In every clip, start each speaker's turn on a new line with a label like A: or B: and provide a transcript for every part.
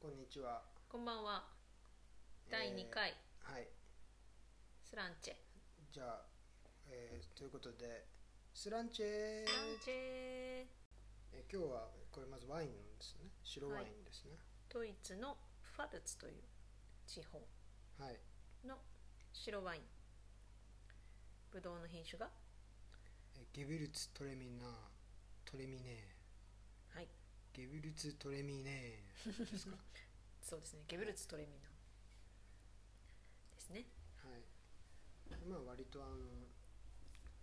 A: こんにちは。
B: こんばんは。第2回、
A: えーはい。
B: スランチェ。
A: じゃあ、えーということで、スランチェ
B: スランチェ
A: え今日はこれまずワインですね。白ワインですね。
B: ドイツのファルツという地方
A: はい。
B: の白ワイン。ブドウの品種が、
A: えゲビルツトレミナー、トレミネ
B: はい、
A: ー、ゲビルツトレミネーですか。
B: そうですね、ゲブルツトレミナですね。
A: はい。まあ割とあの、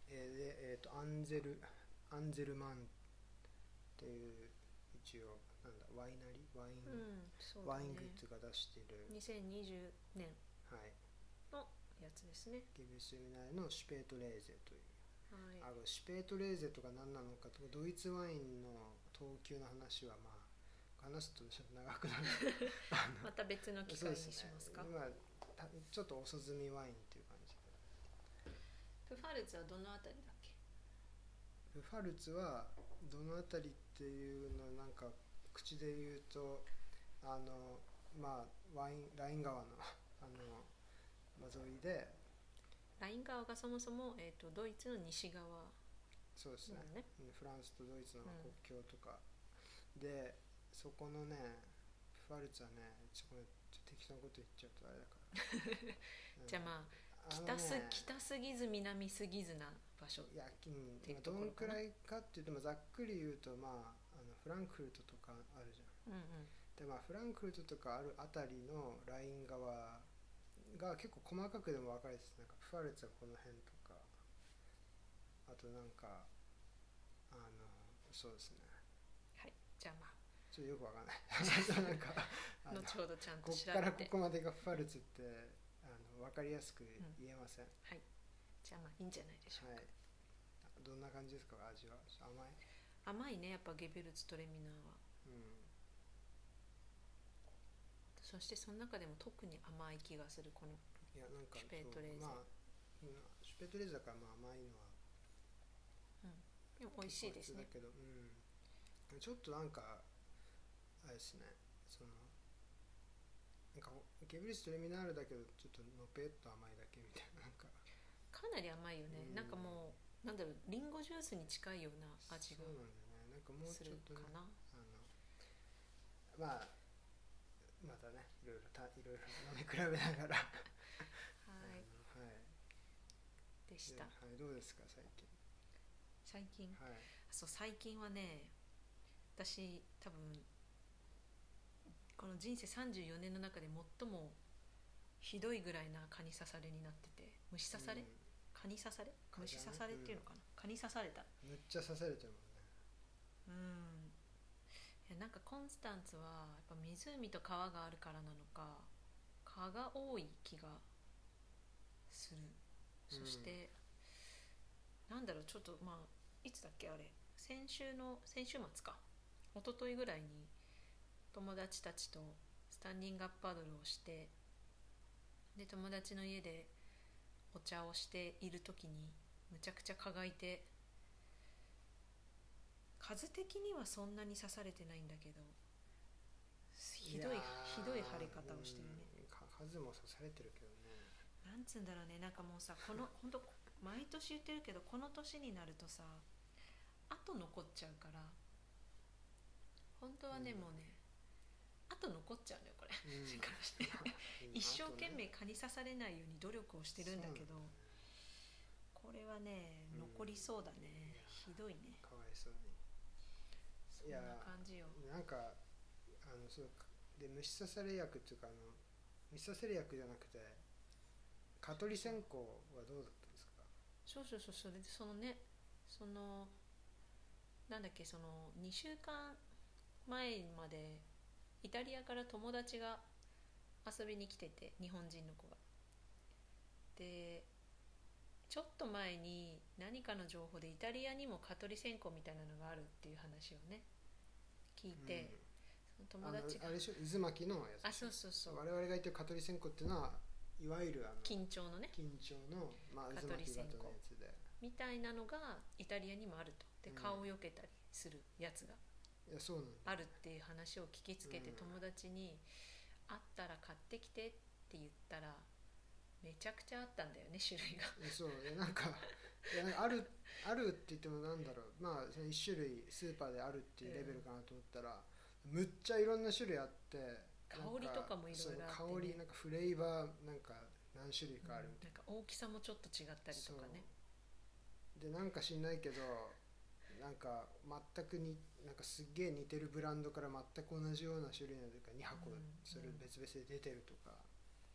A: えーでえーとアンゼルアンゼルマンっていう一応なんだワイナリーワイン
B: う、ん、そうだ
A: ワ
B: ね
A: イングッズが出してる、
B: 2020年
A: はい。
B: のやつですね。
A: ゲビルツトレミナーのシュペートレーゼという。
B: はい。
A: あのシュペートレーゼとか何なのかとかドイツワインの等級の話はまあ話すとちょっと長くなるあ
B: また別の
A: の
B: 機
A: そう
B: 会
A: で
B: に
A: すね
B: しますか。
A: 今たちょっと遅積みワインっていう感じで
B: プファルツはどのあたりだっけ
A: ブファルツはどの辺りっていうのなんか口で言うとあのまあワインライン川のあの、まあ、沿いで
B: ライン川がそもそも、えー、とドイツの西側だ
A: そうですね
B: もんね。
A: うんフランスとドイツの
B: うん
A: 国境とか、でそこのねファルツはねちょっとごめんちょっと適当なこと言っちゃうとあれだ から、
B: じゃあまあ
A: あのね
B: 北す北すぎず南すぎずな場所
A: いや、うん
B: ていう
A: まあ
B: と
A: ど
B: ころ
A: ん
B: か
A: く
B: な
A: らいかっていうと、まあ、ざっくり言うとまああのフランクフルトとかあるじゃん
B: うんうん
A: でまあフランクフルトとかあるあたりのライン側が結構細かくでも分かれててなんかファルツはこの辺とかあとなんかあのそうですね
B: はいじゃあま
A: ちょっとよくわかんない。 なんか、あ
B: あ
A: の
B: 後ほどちゃんと
A: こ
B: 調
A: っから
B: べ
A: こ
B: て
A: こまでがファルツって、あの、わかりやすく言えません。
B: じゃあまあいいんじゃないでしょう
A: はい。どんな感じですか、味は、甘い。
B: か、甘いねやっぱゲベルツトレミナーは
A: う
B: そしてその中でも特に甘い気がするこの
A: ん。いや、なんか、
B: シュペートレーゼ
A: そうまあ、うんシュペートレーゼだから、まあ、甘いのは。
B: でも美味しいですね
A: 結構普通だけど、うん。ちょっとなんか、あれですね、その。なんか、ゲブリストレミナールだけど、ちょっとのぺっと甘いだけみたいな、なんか。
B: かなり甘いよね、
A: うん
B: なんかもうなんだろうリンゴジュースに近いような味が
A: そうなんだよね。なんかもうち
B: する
A: ょっと
B: か
A: ね。
B: な
A: あのまあまたねいろいろたいろいろ飲み比べながら
B: はい
A: あのはい
B: でし
A: で
B: た
A: はい、どうですか最近
B: 最近
A: はい
B: そう最近はね私多分この人生34年の中で最もひどいぐらいな蚊に刺されになってて虫刺され、
A: うん
B: 蚊に刺され
A: 蚊
B: 虫
A: じゃない
B: 刺されっていうのかな、蚊に刺された
A: めっちゃ刺されてるもんね
B: うんいやなんかコンスタンツはやっぱ湖と川があるからなのか蚊が多い気がするそして、なんだろうちょっとまあいつだっけあれ先週の先週末か一昨日ぐらいに友達たちとスタンディングアップパドルをしてで友達の家でお茶をしている時にむちゃくちゃ蚊がいて数的にはそんなに刺されてないんだけどひどい
A: や
B: ひ
A: ー
B: どい腫れ方をしてるね。
A: うんか数も刺されてるけどね
B: なんつうんだろうねなんかもうさこの本当毎年言ってるけどこの年になるとさ後残っちゃうから本当はね、
A: うん
B: もうね後残っちゃうんだよこれ、
A: うん
B: だからして
A: うん
B: 一
A: あ
B: 生
A: とね
B: 懸命蚊に刺されないように努力をしてるんだけ
A: そ
B: ど
A: うなん
B: これはね
A: うん
B: 残りそうだね、
A: いや
B: ひどいね
A: だねかわいそう
B: そ
A: い
B: ん
A: や
B: な感じよ
A: になんかあのそうで虫刺され薬っていうかあの虫刺され薬じゃなくて蚊取り線香はどうだったんですか
B: そうそうそうそれでそのねそのなんだっけその2週間前までイタリアから友達が遊びに来てて日本人の子が。でちょっと前に何かの情報でイタリアにも蚊取り線香みたいなのがあるっていう話をね聞いて、そ
A: うん
B: の
A: あ
B: 友
A: の
B: 達が
A: あれでしょ渦巻きのやつ
B: あそうそうそう
A: 我々が言ってる蚊取り線香っていうのはいわゆるあの
B: 緊張のね
A: 緊張の、まあ、
B: 蚊
A: 渦
B: 取
A: 巻
B: り
A: き
B: 線
A: 型
B: 香
A: のやつで
B: みたいなのがイタリアにもあるとで
A: うん
B: 顔をよけたりするやつが
A: いやそうなんだ
B: あるっていう話を聞きつけて
A: うん
B: 友達に「あったら買ってきて」って言ったらめちゃくちゃあったんだよね種類が。
A: いやそういやなんかいやなんかある あるって言ってもなんだろうまあその1種類スーパーであるっていうレベルかなと思ったら、むっちゃいろんな種類あってなん
B: 香りとかもいろいろあってね
A: そう香りなんかフレーバーなんか何種類かあるみたいな
B: なんか大きさもちょっと違ったりとかね
A: そうでなんか知んないけどなんか全くになんかすっげえ似てるブランドから全く同じような種類のやつが2箱
B: うんうん
A: それ別々で出てるとか、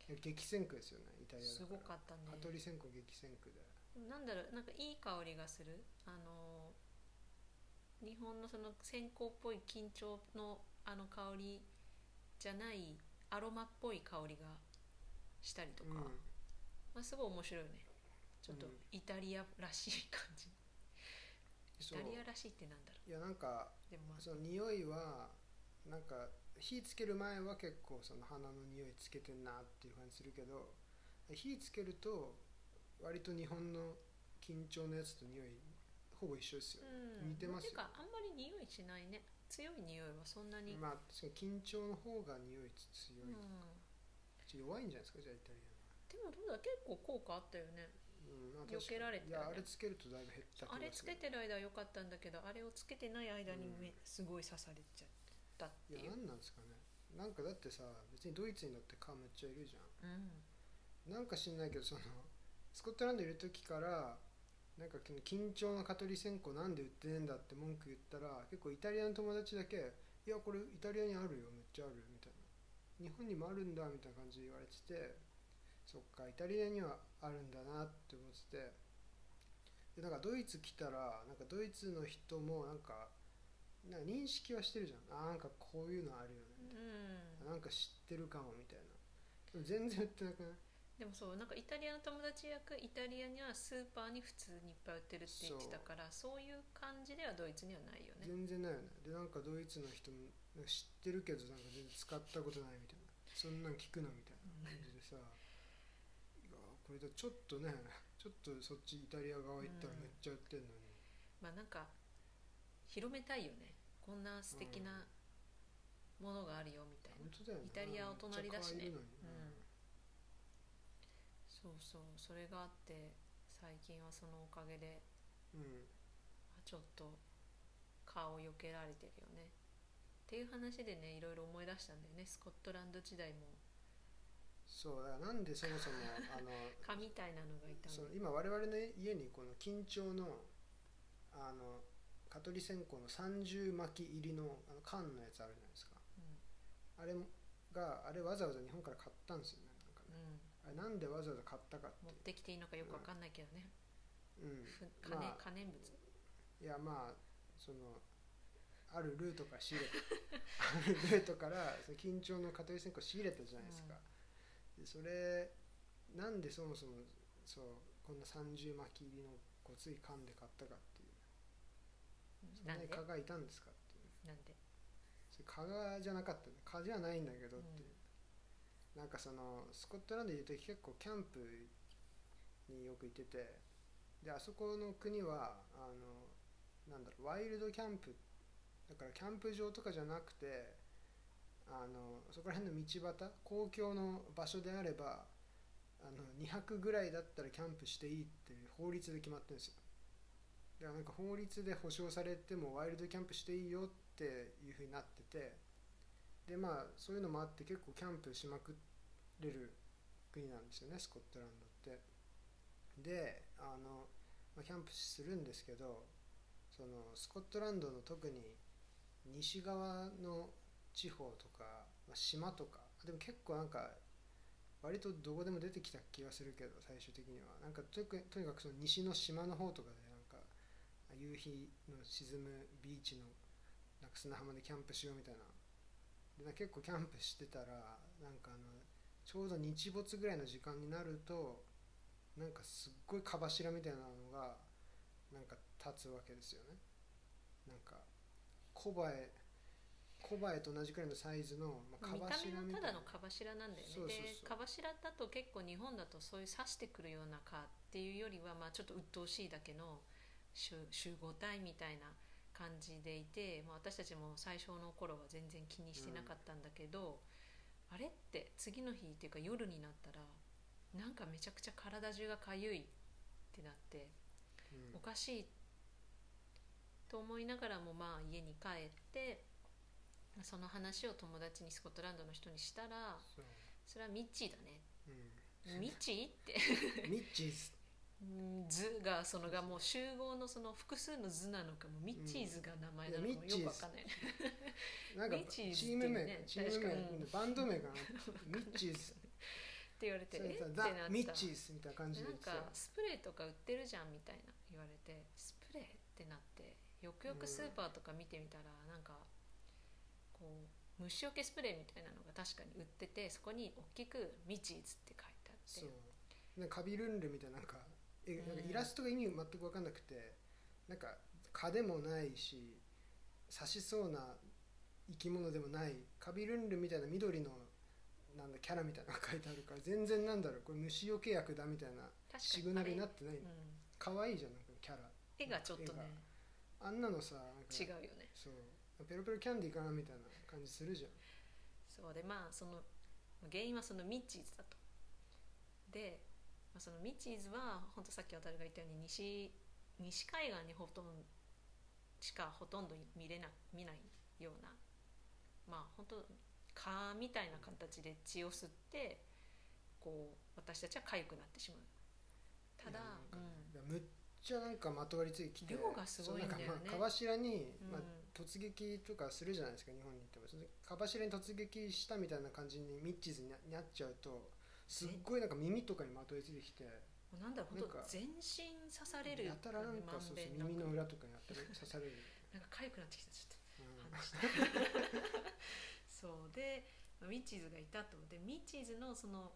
A: いや激戦区ですよねイタリア
B: すご
A: だか
B: かったね
A: ら羽鳥線香激戦区で
B: なんだろうなんかいい香りがするあのー日本のその線香っぽい緊張のあの香りじゃないアロマっぽい香りがしたりとか、
A: うん
B: まあ、すごい面白いよねちょっと
A: うん
B: イタリアらしい感じ、
A: そう
B: イタリアらしいってなんだろ
A: いやなんか
B: うでもまあ
A: その匂いはなんか火つける前は結構その花の匂いつけてんなっていう感じするけど火つけると割と日本の緊張のやつと匂いほぼ一緒ですよね、
B: うん
A: 似てますよ
B: っていうかあんまり匂いしないね強い匂いはそんなに、
A: まあ確かに緊張の方が匂い強
B: う
A: い、
B: ん、で
A: ちょ弱いんじゃないですかじゃあイタリ
B: もどうだ結構効果あったよね
A: アの、うんまあ、
B: 避けられ
A: て
B: て
A: い
B: たね
A: やあれつけるとだいぶ減った気
B: あれ
A: が
B: つ
A: す
B: け
A: る
B: てる間は良かったんだけどあれをつけてない間にめ、
A: うん
B: すごい刺されちゃったってい
A: いうや、何なんですかねなんかだってさ別にドイツにだって蚊めっちゃいるじゃん
B: うん、
A: なんか知んないけどそのスコットランドいる時からなんか緊張の蚊取り線香なんで売ってねえんだって文句言ったら結構イタリアの友達だけ「いやこれイタリアにあるよめっちゃあるよ」みたいな「日本にもあるんだ」みたいな感じで言われててそっかイタリアにはあるんだなって思っててでなんかドイツ来たらなんかドイツの人もなんかなんか認識はしてるじゃんあーなんかこういうのあるよねみたいななんか知ってるかもみたいなでも全然売ってなくない
B: でもそうなんかイタリアの友達役イタリアにはスーパーに普通にいっぱい売ってるって言ってたからそういう感じではドイツにはないよね
A: 全然ないよねでなんかドイツの人もなんか知ってるけどなんか全然使ったことないみたいなそんなん聞くなみたいな感じでさ、いやこれだちょっとねちょっとそっちイタリア側行ったら
B: う
A: め
B: ん
A: っちゃ売ってんのに、
B: まあなんか広めたいよねこんな素敵なものがあるよみたいな、
A: 本当だよね
B: イタリアお隣だし
A: め
B: ね
A: っちゃ可愛いのに
B: そうそうそれがあって最近はそのおかげで
A: うん、うん
B: あちょっと顔を避けられてるよねっていう話でねいろいろ思い出したんだよねスコットランド時代も
A: そうだからなんでそもそもあ の
B: 蚊みたいなのがいた
A: そ
B: の
A: の今我々の家にこの緊張のあの蚊取り線香の30巻き入りのあの缶のやつあるじゃないですかあれがあれわざわざ日本から買ったんですよねなんか
B: う
A: ね
B: ん、
A: あれなんでわざわざ買ったかっ
B: うん、持っててきていいのかよくわかんないけどね、
A: いう、うん
B: ふ可燃
A: まあ
B: 可燃物
A: いやまあそのあるルートから仕入れたあるルートからその緊張の蚊取り線香仕入れたじゃないですか、でそれなんでそもそもそうこんな30巻き入りのごつい缶で買ったかっていうそん
B: な
A: なん
B: で
A: に蚊がいたんですかっていう
B: なんで
A: それ蚊がじゃなかったね蚊じゃないんだけどっていう、なんかそのスコットランドにいる時結構キャンプによく行っててであそこの国はあのなんだろうワイルドキャンプだからキャンプ場とかじゃなくてあのそこら辺の道端公共の場所であればあの2泊ぐらいだったらキャンプしていいっていう法律で決まってるんですよだからなんか法律で保障されてもワイルドキャンプしていいよっていうふうになっててでまあそういうのもあって結構キャンプしまくれる国なんですよねスコットランドってであの、まあ、キャンプするんですけどそのスコットランドの特に西側の地方とか、まあ、島とかでも結構なんか割とどこでも出てきた気がするけど最終的にはなんかとにかくとにかくその西の島の方とかでなんか夕日の沈むビーチのなんか砂浜でキャンプしようみたいなでなんか結構キャンプしてたらなんかあのちょうど日没ぐらいの時間になるとなんかすっごいかばしらみたいなのがなんか立つわけですよねなんかコバエコバエと同じくらいのサイズの、まあ、か
B: 見
A: ば
B: た
A: しらみ
B: 目
A: た
B: はい
A: な
B: ただのかばしらなんだよね
A: そうそうそう
B: でかばしらだと結構日本だとそういう刺してくるような蚊っていうよりは、まあ、ちょっと鬱陶しいだけの集集合体みたいな感じでいて、まあ、私たちも最初の頃は全然気にしてなかったんだけど、あれって次の日っていうか夜になったらなんかめちゃくちゃ体中がかゆいってなって
A: うん
B: おかしいと思いながらもまあ家に帰ってまあその話を友達にスコットランドの人にしたら
A: そう
B: それはミッチーだね
A: うん
B: ミッチーって
A: ミッチーズ
B: うん図がそのがもう集合のその複数の図なのかもミッチーズが名前なのかも
A: うんいやミ
B: よ
A: ッチーズ
B: くわかんない
A: なんか
B: ミッチーズ
A: チーム名、
B: ってね
A: チーム名
B: 確かに
A: バンド名かなミッチーズ
B: って言われて
A: そ
B: え
A: れ
B: って
A: さ
B: なっ
A: ザ
B: た
A: ミッチーズみたいな感じで
B: なん
A: 言ってた
B: かスプレーとか売ってるじゃんみたいな言われてスプレーってなってよくよくスーパーとか見てみたら、なんかこう虫除けスプレーみたいなのが確かに売っててそこに大きく「ミチーズ」って書いてあって
A: そうなんかカビルンルみたいななんかえ
B: うん
A: なんかイラストが意味全く分かんなくてなんか蚊でもないし刺しそうな生き物でもないカビルンルみたいな緑のなんだキャラみたいなのが書いてあるから全然なんだろうこれ虫除け薬だみたいな
B: 確かに
A: シグナルになってない
B: あれ
A: の
B: うん
A: 可愛いじゃんなんかキャラ
B: 絵がちょっとね
A: あんなのさなんか
B: 違うよね
A: そうペロペロキャンディーかなみたいな感じするじゃん
B: そうでまあその原因はそのミッチーズだとで、まあ、そのミッチーズは本当さっき渡るが言ったように西西海岸にほとんどしかほとんど見れな見ないようなまあ本当蚊みたいな形で血を吸ってこう私たちは痒くなってしまうただ
A: いやなんか
B: うん
A: いやむっちゃなんかまとわりついてきて
B: 量がすごいんだよね
A: そうなんかまあ、川頭に、
B: うん
A: まあ、突撃とかするじゃないですか日本に行ってもその川頭に突撃したみたいな感じにミッチーズになになっちゃうとすっごいなんか耳とかにまとわりついてきて
B: もうなんだろう本
A: なんか
B: 当全身刺される
A: やたらなん
B: ま
A: かそうそ
B: べ
A: うん
B: なく
A: 耳の裏とかにや ったら刺される、
B: なんか痒くなってきたちょっと。
A: うん
B: 話してそうでミッチーズがいたとでミッチーズのその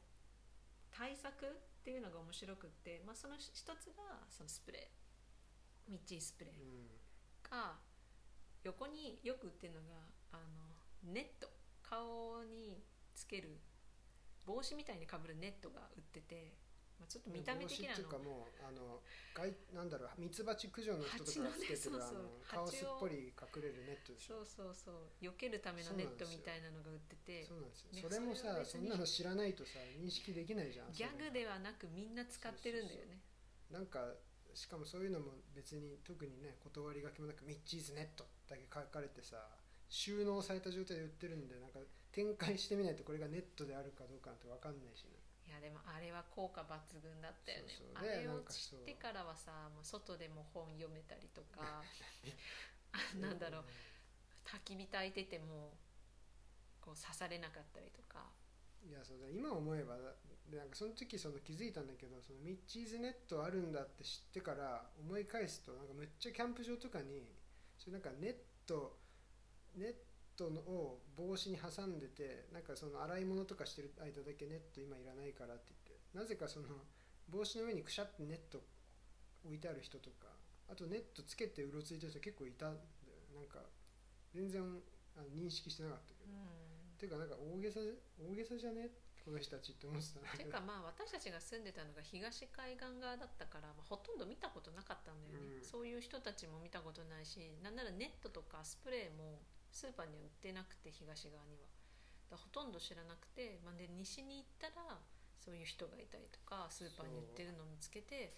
B: 対策っていうのが面白くって、まあ、その一つがそのスプレーミッチーズスプレ
A: う
B: ー
A: ん
B: か横によく売ってるのがあのネット顔につける帽子みたいにかぶるネットが売ってて、まあ、ちょっと見た目的
A: 帽子っ
B: な
A: ていうか
B: の
A: もうあの外なんだろうミツバチ駆除の人とかがつけて
B: 蜂
A: る
B: のね
A: あの
B: そう
A: 顔す
B: そう
A: っぽ
B: 蜂を
A: り隠れるネットでし
B: そ
A: ょ
B: うそうそう避けるためのネットみたいなのが売ってて
A: そうなんですよ
B: ね
A: それもさそん
B: それは別に
A: なの知らないとさ認識できないじゃん
B: ギャ
A: それ
B: グではなくみんな使ってるんだよね
A: なんかしかもそういうのも別に特にね断り書きもなく「ミッチーズネット」だけ書かれてさ収納された状態で売ってるんでなんか展開してみないとこれがネットであるかどうかなんて分かんないしね
B: いやでもあれは効果抜群だったよね
A: そうそう
B: あ
A: で
B: れ
A: な
B: を
A: んか
B: 知
A: そう
B: ってからはさもう外でも本読めたりと かあ なんだろう焚き火焚いててもこう刺されなかったりとか
A: いやそうだ今思えばでなんかその時その気づいたんだけどそのミッチーズネットあるんだって知ってから思い返すとなんかむっちゃキャンプ場とかにそれなんかネットネットのを帽子に挟んでてなんかその洗い物とかしてる間だけネット今いらないからって言ってなぜかその帽子の上にくしゃってネット置いてある人とかあとネットつけてうろついてる人結構いたんだよなんか全然あの認識してなかったけど
B: う。
A: ていうかなんか大げさ大げさじゃねこの人たちって思ってたんだ
B: んて
A: け
B: いう
A: ど
B: かまあ私たちが住んでたのが東海岸側だったから、まあ、ほとんど見たことなかったんだ
A: う
B: よね、
A: ん
B: そういう人たちも見たことないしなんならネットとかスプレーもスーパーには売ってなくて東側にはだからほとんど知らなくて、まあ、で西に行ったらそういう人がいたりとかスーパーに売ってるのを見つけて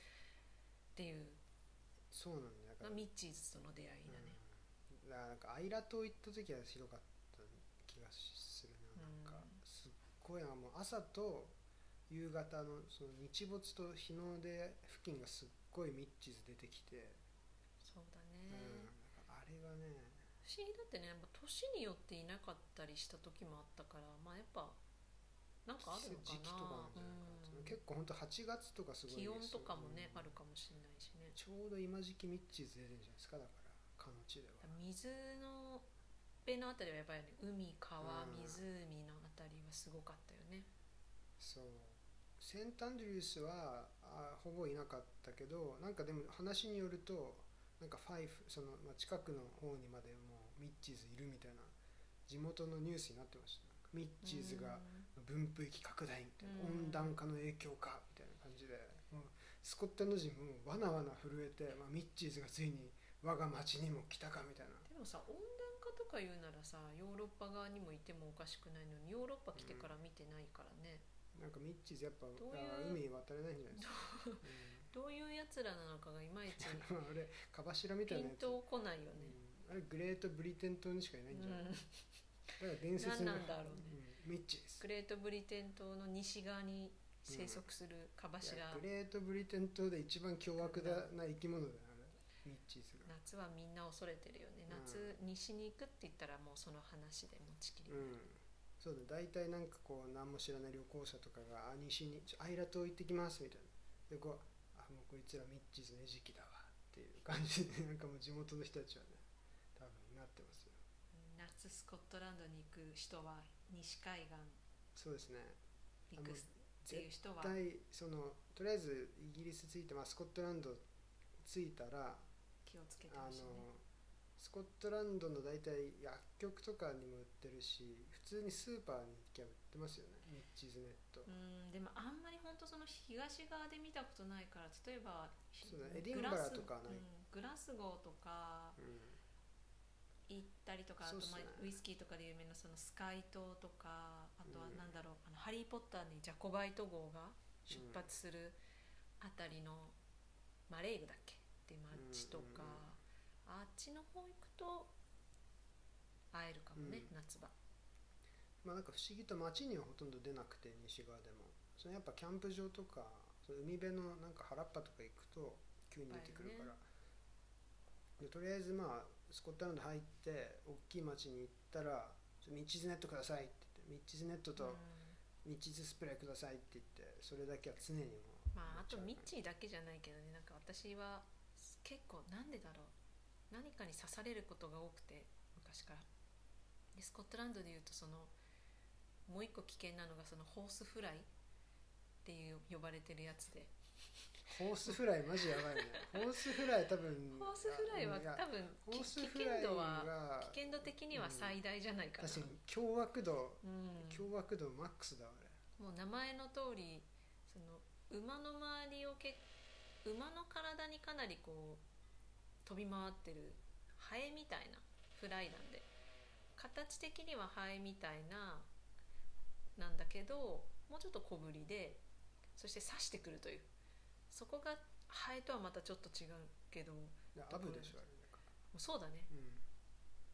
B: っていう
A: そうなんだよだから
B: のがミッチーズとの出会いだ
A: う
B: ね、
A: んだからなんかアイラ島行った時はひどかった気がするななん
B: うん
A: かすっごいなもう朝と夕方のその日没と日の出付近がすっごいミッチーズ出てきて、
B: そうだ
A: うん、
B: ね、
A: なんかあれはね
B: 不思議だってねやっぱ年によっていなかったりした時もあったからまあやっぱなんかあるのか
A: 時期とかなんじゃないかなそ
B: な、う
A: の
B: ん、
A: 結構ほんと8月とかすごい
B: 気温とかもね、
A: そう
B: あるかもしれないしね
A: ちょうど今時期ミッチーズ出てるんじゃないですかだからかの地では
B: 水の辺のあたりはやばいよね海川
A: うん
B: 湖のあたりはすごかったよね
A: そうセントアンドリュースはあほぼいなかったけどなんかでも話によるとなんかファイフその、まあ、近くの方にまでもうミッチーズいるみたいな地元のニュースになってましたなんかミッチーズが分布域拡大みたいな、
B: うん
A: 温暖化の影響かみたいな感じでもうスコットランド人もわなわな震えて、まあ、ミッチーズがついに我が町にも来たかみたいな
B: でもさ温暖化とか言うならさヨーロッパ側にもいてもおかしくないのにヨーロッパ来てから見てないからね、
A: なんかミッチーズやっぱ
B: どういう
A: あー海渡れないんじゃないですか、
B: どういうやつらなのかがいまいち
A: うんあれかばしらみた
B: ピ
A: いなやつ、
B: ンとこないよね、
A: うんあれグレートブリテン島にしかいないんじゃない、
B: うん
A: だから伝説の
B: 何なんだろうね
A: うんミッチーズ
B: グレートブリテン島の西側に生息するカバシ
A: い
B: ラ、
A: やグレートブリテン島で一番凶悪だな生き物だよあれミッチーズが
B: 夏はみんな恐れてるよ
A: う
B: ね
A: ん
B: 夏、西に行くって言ったらもうその話で持ちきり、
A: うんそうだ大体なんかこう何も知らない旅行者とかが「あ西にちょアイラ島行ってきます」みたいなでこう「あもうこいつらミッチーズの餌食だわ」っていう感じでなんかもう地元の人たちはね多分なってますよ
B: 夏スコットランドに行く人は西海
A: そうですね
B: 岸行くっていう人は
A: 絶対そのとりあえずイギリス着いて、まあ、スコットランド着いたら
B: 気をつけて
A: あ
B: ほ
A: の
B: しいね
A: スコットランドの大体薬局とかにも売ってるし普通にスーパーに行けば売ってますよねミッチーズネット、
B: うんでもあんまり本当その東側で見たことないから例えば
A: そうだね
B: ひ
A: エディンバラとかはない
B: グラスうんグラスゴーとか
A: うん
B: 行ったりとかあ
A: そ
B: と
A: うっすね
B: まあウイスキーとかで有名なそのスカイ島とかあとは
A: うん
B: なんだろう、あのハリー・ポッターにジャコバイト号が出発するあたりの、マレーグだっけっていう街とか、あっちの方行くと会えるかもね、
A: うん
B: 夏場
A: まあなんか不思議と街にはほとんど出なくて西側でもそのやっぱキャンプ場とかその海辺のなんか原っぱとか行くと急に出てくるから、でとりあえずまあスコットランド入って大きい街に行ったら「ちょミッチーズネットください」って言って「ミッチーズネット
B: うん
A: とミッチーズスプレーください」って言ってそれだけは常にもう
B: まああとミッ
A: チ
B: チーだけじゃないけどねなんか私は結構なんでだろう何かに刺されることが多くて昔からでスコットランドでいうとそのもう一個危険なのがそのホースフライっていう呼ばれてるやつで
A: ホースフライマジやばいねホースフライ多分
B: ホースフライは
A: あいや
B: 多分
A: ホース
B: き危
A: フライ
B: 険度は
A: が
B: 危険度的には最大じゃないかな、
A: 確かに凶悪度
B: うん
A: 凶悪度マックスだわあれ
B: もう名前の通りその馬の周りをけ馬の体にかなりこう飛び回ってるハエみたいなフライなんで形的にはハエみたいななんだけどもうちょっと小ぶりでそして刺してくるというそこがハエとはまたちょっと違うけども
A: いやアブでしょあれなんか
B: うそうだね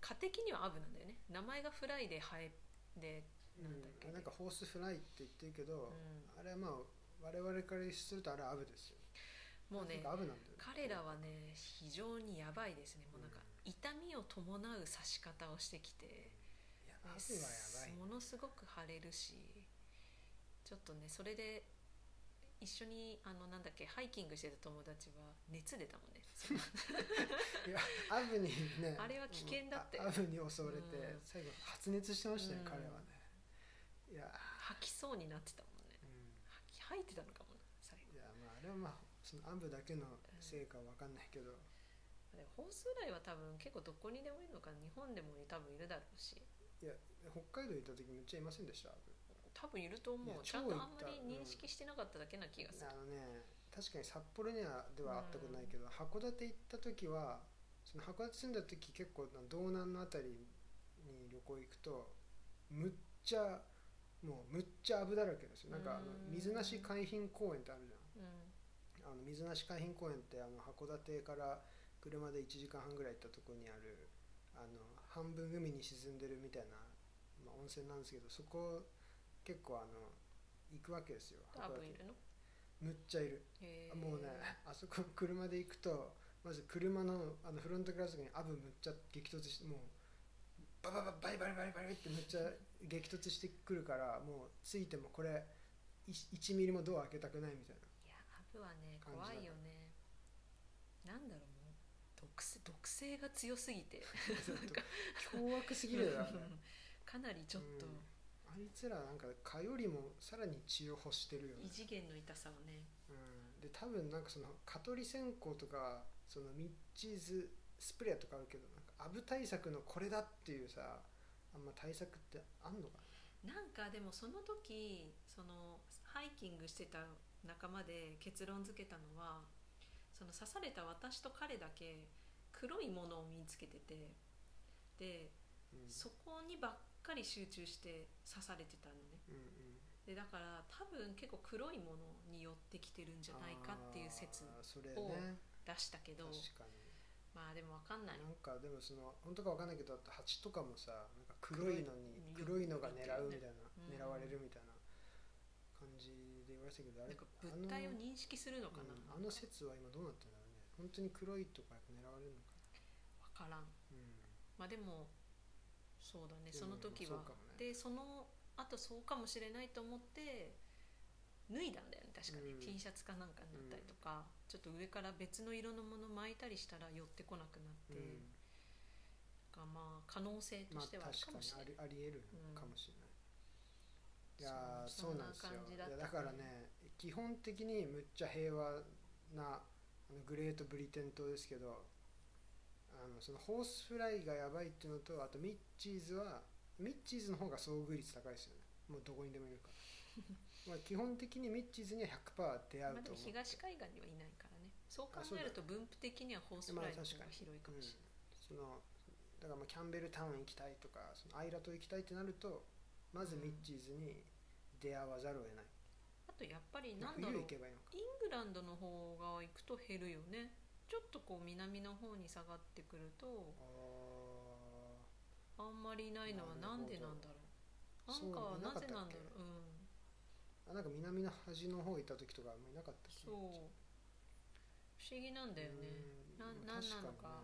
B: 蚊的にはアブなんだよね名前がフライでハエで
A: うん、
B: なんだっけ
A: うん、なんかホースフライって言ってるけ
B: う
A: ど、
B: ん
A: あれはまあ我々からするとあれはアブですよ
B: もうね
A: なんかアブなんだよね
B: 彼らはね非常にやばいですねもうなんか痛みを伴う刺し方をしてきて
A: いやアブはやばい
B: ものすごく腫れるしちょっとねそれで一緒にあのなんだっけハイキングしてた友達は熱出た もんね
A: いやアブにね
B: あれは危険だって
A: うんあアブに襲われて、
B: うん
A: 最後発熱してましたね、
B: うん
A: 彼はねいや、
B: 吐きそうになってたもんね
A: う
B: 吐き吐いてたのかもな最後
A: ん、いやまああれはまあそのアブだけのせいかわかんないけど、
B: でもホースフライは多分結構どこにでもいるのかな日本でも多分いるだろうし
A: いや北海道行った時めっちゃいませんでしたアブ
B: 多分いると思
A: いや
B: うちゃんとあんま
A: 超い
B: り
A: た
B: 認識してなかっただけな気がする
A: あのね確かに札幌にはでは会ったことないけど、函館行った時はその函館住んだ時結構な道南のあたりに旅行行くとむっちゃもうむっちゃアブだらけですよなんかあの
B: うん
A: 水無し海浜公園ってあるじ
B: うん
A: ゃんあの水無し海浜公園ってあの函館から車で1時間半ぐらい行ったとこにあるあの半分海に沈んでるみたいな、まあ温泉なんですけどそこ結構あの行くわけですよ
B: ア
A: 函
B: ブ
A: 館
B: いるの
A: むっちゃいる
B: へー
A: もうねあそこ車で行くとまず車のあのフロントガラスにアブむっちゃ激突してもうババババリバリバリバリってむっちゃ激突してくるからもうついてもこれい1ミリもドア開けたくないみたいない
B: やアブはね
A: 感じだ
B: 怖
A: から
B: いよねなんだろうもう毒性毒性が強すぎて
A: 凶悪すぎるよね
B: かなりちょっと
A: うんあいつらなんか蚊よりもさらに血を欲してるよね
B: 異、次元の痛さをね
A: うん、で多分なんかその蚊取り線香とかそのミッチーズスプレーとかあるけどなんかアブ対策のこれだっていうさあんま対策ってあんのかな
B: なんかでもその時そのハイキングしてた仲間で結論付けたのはその刺された私と彼だけ黒いものを見つけててで
A: うん
B: そこにばっかり集中して刺されてたのね
A: うんうん
B: でだから多分結構黒いものに寄ってきてるんじゃないかっていう説
A: あーそれね
B: を出したけど
A: 確かに
B: まあでも分かんない
A: なんかでもその本当かわかんないけど蜂とかもさなんか黒いのに
B: 黒
A: 黒
B: い
A: いのが狙うみたい
B: うん
A: な狙われるみたいな感じで言われてたけどあ
B: な
A: れ
B: んか物体を
A: あの
B: 認識するのかな
A: うんあの説は今どうなってんだろうね本当に黒いとかやっぱ狙われるのか
B: 分からん
A: な、うん
B: まあでもそうだね
A: でも
B: その時は
A: まあそうかもね
B: でそのあとそうかもしれないと思って脱いだんだよね確かに、
A: うん
B: T シャツかなんかになったりとか、ちょっと上から別の色のもの巻いたりしたら寄ってこなくなって、
A: うん
B: がまあ可能性と
A: まあ
B: して
A: 確
B: はあるか
A: か
B: もしれ
A: に
B: な
A: あ
B: い、
A: りありえる
B: うん
A: かもしれない、いやー
B: そ
A: そううなんですよ
B: そんな感じ
A: だ,、
B: だった
A: いやだからね基本的にむっちゃ平和なあのグレートブリテン島ですけどあのそのホースフライがやばいっていうのとあとミッチーズはミッチーズの方が遭遇率高いですよねもうどこにでもいる からまあ基本的にミッチーズには100%出会
B: まあ
A: う
B: で
A: と思って、
B: も東海岸にはいないからねそう考
A: あそう
B: え
A: だ
B: る
A: ね
B: と分布的にはホースフライの方が広いかもしれない、
A: そのだからまあキャンベルタウン行きたいとかそのアイラ島行きたいってなるとまずミッチーズに出会わざるを得ない、
B: あとやっぱり
A: まあ
B: なんだろ
A: 冬
B: う
A: 行けばいいのか
B: イングランドの方が行くと減るよねちょっとこう南の方に下がってくると
A: あ
B: あんまりいないのはなんでなんだろうア
A: なるほど
B: ンカーはなぜなんだろう
A: そうーあ
B: うん
A: なんか南の端の方行った時とかあんまりいなかった
B: そう不思議なんだよね
A: うーまあ
B: ななんなのか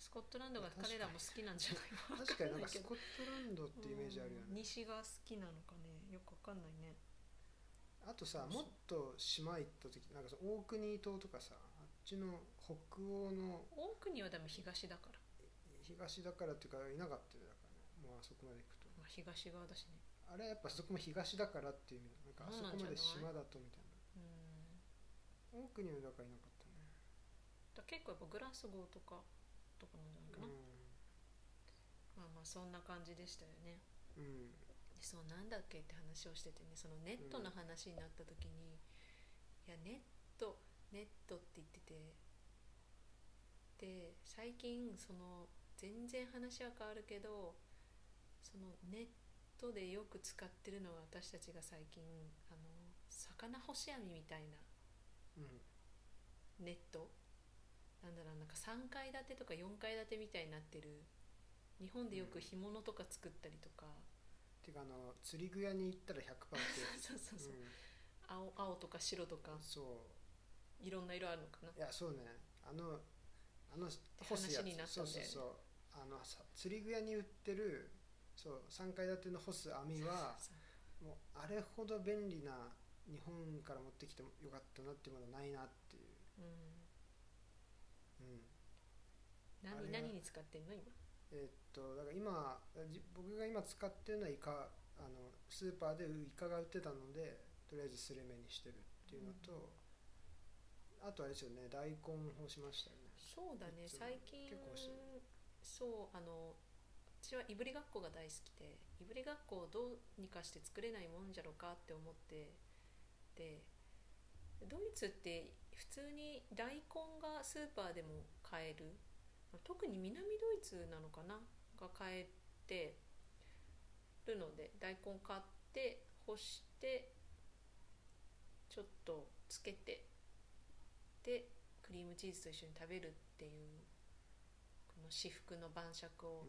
B: スコットランドが彼らも好きなんじゃないか
A: 確かに確かになんかスコットランド
B: わかんないけど
A: ってイメージあるよ
B: うん
A: ね
B: 西が好きなのかねよくわかんないね
A: あとさもっと島行った時なんかその大国島とかさあっちの北欧の
B: 多くにはでも東だから、
A: 東だからっていうかいなかったよだからねもうあそこまで行くと
B: まあ、東側だしね
A: あれはやっぱそこも東だからっていう意味なんかあそこまで島だとみたい
B: うん
A: な多くにはだからいなかったね
B: だから結構やっぱグラスゴーとかとかなんじゃないかな、まあまあそんな感じでしたよね
A: うん、うん、
B: でそうなんだっけって話をしててねそのネットの話になった時に、いやネットネットって言っててで最近その全然話は変わるけどそのネットでよく使ってるのが私たちが最近あの魚干し網みたいな
A: うん、
B: ネットなんだろうなんか3階建てとか4階建てみたいになってる日本でよく干物とか作ったりとか、
A: てかあの釣り具屋に行ったら100%パーって
B: そうそうそう、
A: う
B: 青青とか白とか
A: ん、そう
B: いろんな色あるのかない
A: やそうねあのあの
B: 話になった
A: そ
B: んだ
A: う
B: よね
A: そうそうあのさ釣り具屋に売ってるそう3階建ての干す網は
B: そう
A: もうあれほど便利な日本から持ってきてもよかったなっていうものはないなっていう、
B: うん
A: うん、あれ
B: 何
A: は
B: 何に使ってんの今
A: えーっとだから今じ僕が今使ってるのはイカあのスーパーでイカが売ってたのでとりあえずスレ目にしてるっていうのと、あとあれですよね大根干しましたよね
B: そうだね
A: いつも
B: 最近
A: 結構欲しい
B: そうあの私はいぶりがっこが大好きでいぶりがっこをどうにかして作れないもんじゃろうかって思ってでドイツって普通に大根がスーパーでも買える特に南ドイツなのかなが買えてるので大根買って干してちょっとつけてでクリームチーズと一緒に食べるっていうこの至福の晩酌
A: う
B: を
A: ん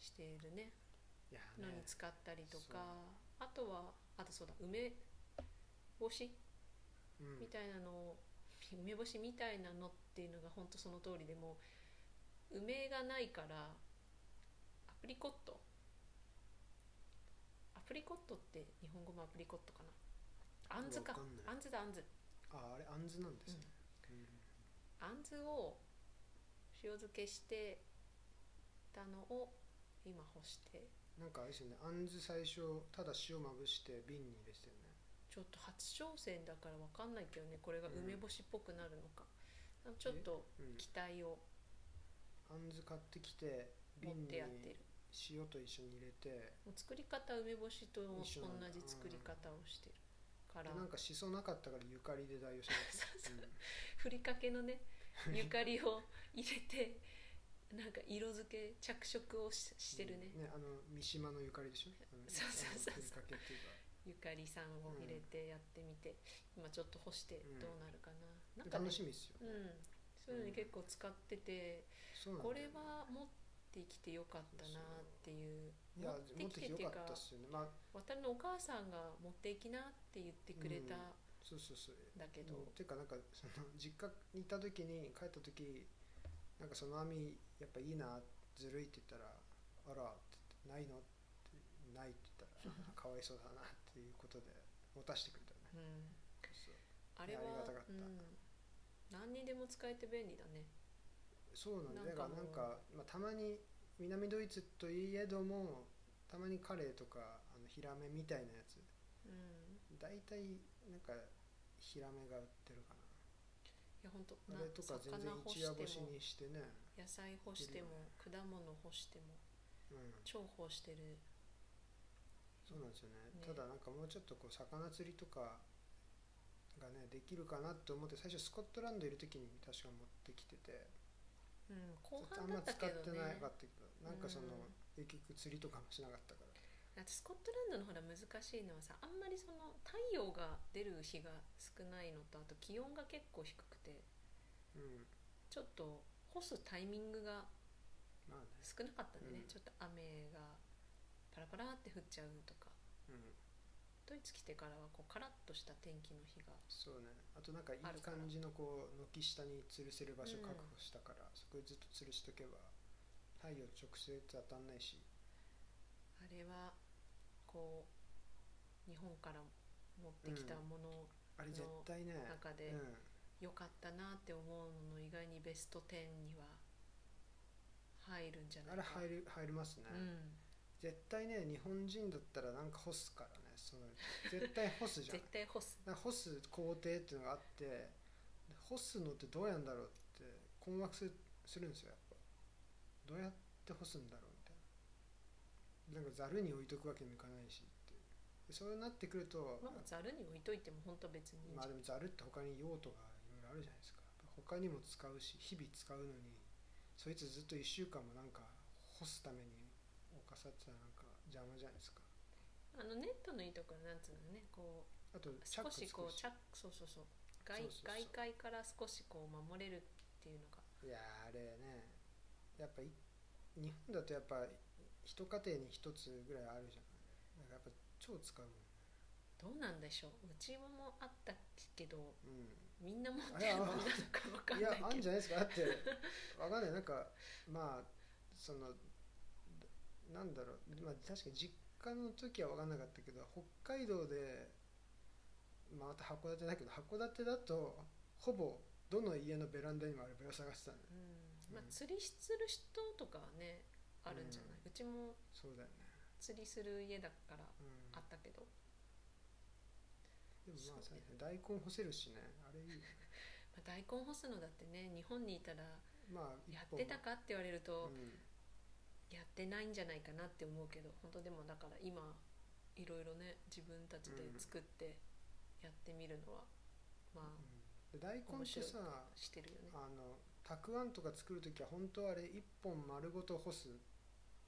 B: しているね、
A: いや
B: のに
A: ね
B: 使ったりと
A: そう
B: かあとはあとそうだ梅干し
A: うん
B: みたいなのを、梅干しみたいなのっていうのが本当その通りでもう梅がないからアプリコットアプリコットって日本語もアプリコットかなあんずか
A: わかんない
B: あんずだあんず
A: ああれあんずなんですね、うん
B: あんずを塩漬けしてたのを今干して
A: なんかあれですよねあんず最初ただ塩まぶして瓶に入れてたよね
B: ちょっと初挑戦だから分かんないけどねこれが梅干しっぽくなるのか、ちょっと
A: うん
B: 期待を
A: あんず買ってきて
B: 持っ
A: 瓶に
B: てやってる
A: 塩と一緒に入れて
B: もう作り方は梅干しと同
A: 一緒なんだ
B: じ作り方をしてるか
A: で
B: ら
A: なんかしそなかったからゆかりで代用しま
B: そう
A: す
B: そうふりかけのねゆかりを入れて なんか色付け着色をししてるね、
A: ねあの三島のゆかりでしょあの
B: そうそうそうそ
A: あ
B: う
A: のゆかけっていうか
B: ゆかりさんを入れてやってみて、今ちょっと干してどうなるかな、なんかね
A: 楽しみですよ、
B: うんそういうのに結構使ってて、
A: そうなんだよ
B: これは持ってきてよかったなっていう
A: いや
B: 持
A: 持
B: っ
A: っててき
B: きてっててい
A: よ
B: う
A: か
B: か
A: ったっすよねまあ
B: 渡のお母さんが持っていきなって言ってくれた
A: うんそうそうそうん
B: だけど、
A: ていうかなんかその実家にいた時に帰った時なんかその網やっぱいいなずるいって言ったら「あら」って言って「ないの?」って「ない」って言ったら かわいそうだなっていうことで持たしてくれたね
B: うん
A: そう
B: あれは
A: ありがたかった
B: うん、何にでも使えて便利だね
A: そうなんだ
B: な
A: だ
B: ん
A: か
B: からもう
A: なんか、まあ、たまに南ドイツといえどもたまにカレーとかあのヒラメみたいなやつ
B: うん
A: 大体なんかヒラメが売ってるかない
B: や本当
A: あれとか全然一夜干しにしてね、
B: 野菜干しても果物干しても
A: うん、
B: 重宝してる
A: そうなんですよね
B: ね
A: ただなんかもうちょっとこう魚釣りとかがねできるかなと思って最初スコットランドいる時に確か持ってきてて
B: うん
A: ちょっ
B: 後
A: とあ
B: 半
A: んま
B: だった
A: 使
B: け
A: っ
B: ど
A: てな
B: ね
A: かったけどなんかその
B: うん
A: 結局釣りとかもしなかったから
B: あとスコットランドのほら難しいのはさあんまりその太陽が出る日が少ないのとあと気温が結構低くて
A: うん
B: ちょっと干すタイミングが
A: まあね
B: 少なかったんでね、
A: うん
B: ちょっと雨がパラパラって降っちゃうとか
A: うん
B: ドイツ来てからはこうカラッとした天気の日が
A: そうねあとなんかいい
B: あるから
A: 感じのこう軒下に吊るせる場所
B: うん
A: 確保したから、そこでずっと吊るしとけば太陽直接当たんないし
B: あれはこう日本から持ってきたもの
A: あれ絶対ね
B: の中で良かったなって思うのの意外にベスト10には入るんじゃ
A: うん、
B: な
A: あ
B: い
A: れ
B: か
A: 入る入りますね、
B: うん、
A: 絶対ね日本人だったらなんか干すからねその絶対干すじゃん
B: 絶対干す
A: なんか干す工程っていうのがあってで干すのってどうやんだろうって困惑するするんですよやっぱどうやって干すんだろうみたいななんかざるに置いとくわけにもいかないしっていうでそうなってくると
B: まあざるに置いといても本当別にいいん
A: ま
B: じ
A: あ
B: ゃん
A: でもざるって他に用途がいろいろあるじゃないですか他にも使うし日々使うのにそいつずっと1週間もなんか干すために置かさってたらなんか邪魔じゃないですか
B: あのネットのいいところはなんつうのねこう
A: あとチャッ
B: 少
A: クつく
B: し
A: し
B: こうチャックそうそうそう
A: そ
B: 外
A: うそうそう
B: 外界から少しこう守れるっていうのが
A: いやーあれねやっぱい日本だとやっぱ一家庭に一つぐらいあるじゃんなんかやっぱ超使うも
B: どうなんでしょううちもあったけど
A: ん、うん
B: みんな持ってるものなのか分かん
A: いやあ
B: ない
A: ん
B: け
A: じ
B: ど
A: ゃないですかだってわかんないなんかまあそのなんだろう、まあ、確かに実家の時はわかんなかったけど北海道で、まあ、また函館だけど函館だとほぼどの家のベランダにもあれベラ探してたのよ
B: うんまあ、釣りする人とかはねあるんじゃない、うちも
A: そうだよね、
B: 釣りする家だから
A: うん、
B: あったけど、
A: でもまあ
B: そうね
A: 大根干せるしねあれいいよね
B: まあ、大根干すのだってね日本にいたら
A: まあ
B: やってたかって言われる
A: う
B: と、
A: ん
B: やってないんじゃないかなって思うけど本当でもだから今いろいろね自分たちで作ってやってみるのは、まあ
A: で大根ってさ
B: してるよね
A: あのたくあんとか作る時は本当はあれ一本丸ごと干す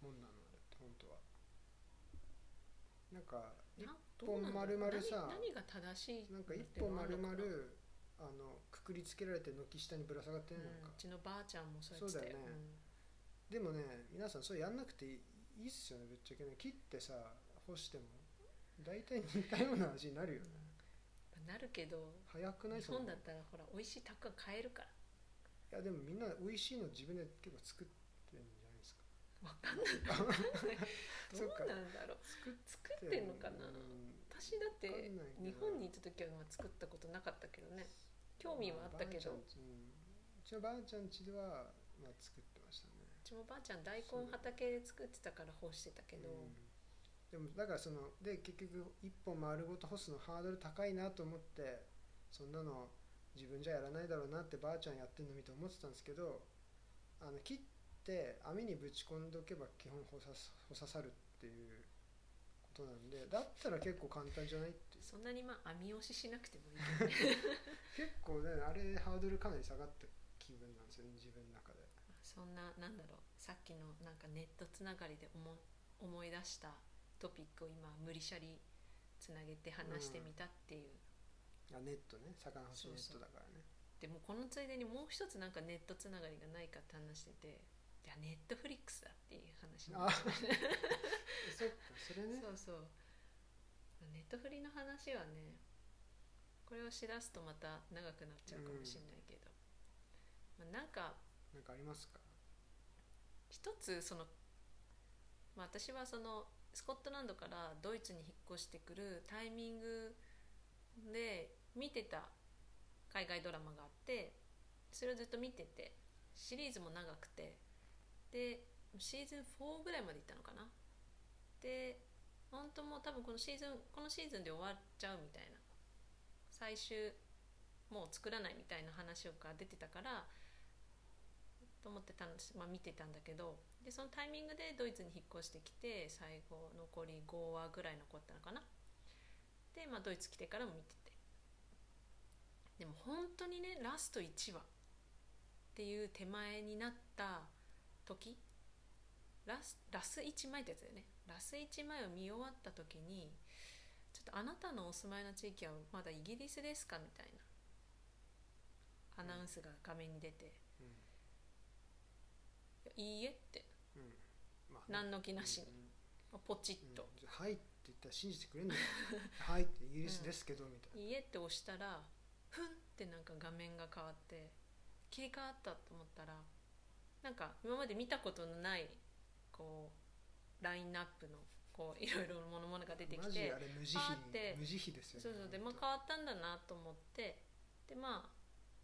A: もんなのあれって本当はなんかい
B: などうな
A: 一本
B: んだ
A: 丸々さ
B: 何何が正しい
A: なんか
B: のっ
A: 一
B: て
A: 本
B: わ
A: 丸
B: かんな
A: 々
B: く
A: あ
B: ない
A: のくくりつけられて軒下にぶら下がって
B: う
A: るの
B: ん
A: なんか
B: う、ちのばあちゃんもそうやってた
A: そうだよねでもね皆さんそれやんなくていいいいっすよねぶっちゃけね切ってさ干しても大体似たような味になるよね
B: うんなるけど
A: 早くない
B: 日
A: その
B: 本だったらほら美味しいたくあん買え るか
A: いや
B: ら
A: でもみんな美味しいの自分で結構作ってるんじゃないですか
B: わかんないど
A: そうっか
B: なんだろう
A: 作っ
B: 作ってんのか
A: う
B: な
A: ん
B: 私だって
A: わかんないけど
B: 日本にいた時はまあ作ったことなかったけどね興味はあった
A: ば
B: けど
A: あちゃんうんうちのばあちゃん家では、まあ、作ってましたね
B: うちもばあちゃん大根畑で作ってたから干してたけど、
A: うん、でもだからそので結局一本丸ごと干すのハードル高いなと思ってそんなの自分じゃやらないだろうなってばあちゃんやってんの見て思ってたんですけどあの切って網にぶち込んでおけば基本干さす干ささるっていうことなんでだったら結構簡単じゃないっていう
B: そんな にまあ網押ししなくてもいいけどね
A: 結構ねあれハードルかなり下がった気気分なんですよね自分の中で
B: そんななんだろうさっきのなんかネットつながりで思思い出したトピックを今無理しゃりつなげて話してみたっていう、
A: あネットね魚干しネットだからね
B: でもこのついでにもう一つなんかネットつながりがないかって話してていやネットフリックスだっていう話になって
A: そっかそれね
B: そうそうネットフリの話はねこれをしだすとまた長くなっちゃうかもしれないけど、まあ、なんか
A: なんかありますか
B: 一つその、まあ、私はそのスコットランドからドイツに引っ越してくるタイミングで見てた海外ドラマがあってそれをずっと見ててシリーズも長くてでシーズン4ぐらいまでいったのかなで本当もう多分このシーズンこのシーズンで終わっちゃうみたいな最終もう作らないみたいな話が出てたからと思ってたんです、まあ、見てたんだけどでそのタイミングでドイツに引っ越してきて最後残り5話ぐらい残ったのかなで、まあ、ドイツ来てからも見ててでも本当にねラスト1話っていう手前になった時ラスラス1枚ってやつだよねラス1枚を見終わった時にちょっとあなたのお住まいの地域はまだイギリスですかみたいなアナウンスが画面に出て
A: うん
B: 「いいえ」って
A: うんまあ
B: 何の気なしに
A: うん
B: ポチッと
A: うんじゃあはいって言ったら信じてくれんのよはいってイギリスですけどみた
B: 「
A: いない
B: いえ」って押したらふんってなんか画面が変わって切り替わったと思ったらなんか今まで見たことのないこうラインナップのこういろいろなものものが出てき
A: マジ
B: て
A: あれ無慈
B: パーって
A: 悲無慈悲ですよね
B: そうそうでまあ
A: 本当
B: 変わったんだなと思ってでまあ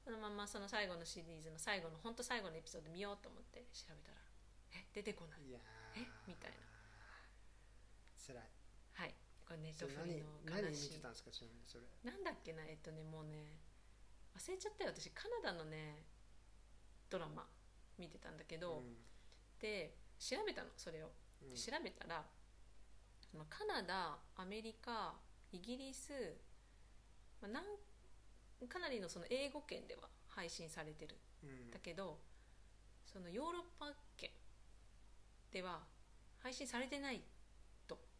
B: そのままその最後のシリーズの最後の本当最後のエピソード見ようと思って調べたら「え出てこない
A: いやー
B: えみたいな
A: 辛い」
B: はいこれネッ
A: そ
B: ト
A: れ
B: フリ
A: 何
B: の
A: 何
B: 悲
A: 見
B: してい
A: たんですかちなみにそれ
B: なんだっけなえっとねもうね忘れちゃったよ私カナダのねドラマ見てたんだけど、
A: ん
B: で調べたのそれを、
A: うん
B: で調べたらそのカナダアメリカイギリス、まあ、なんかなりのその英語圏では配信されてる
A: うん
B: だけどそのヨーロッパ圏では配信されてない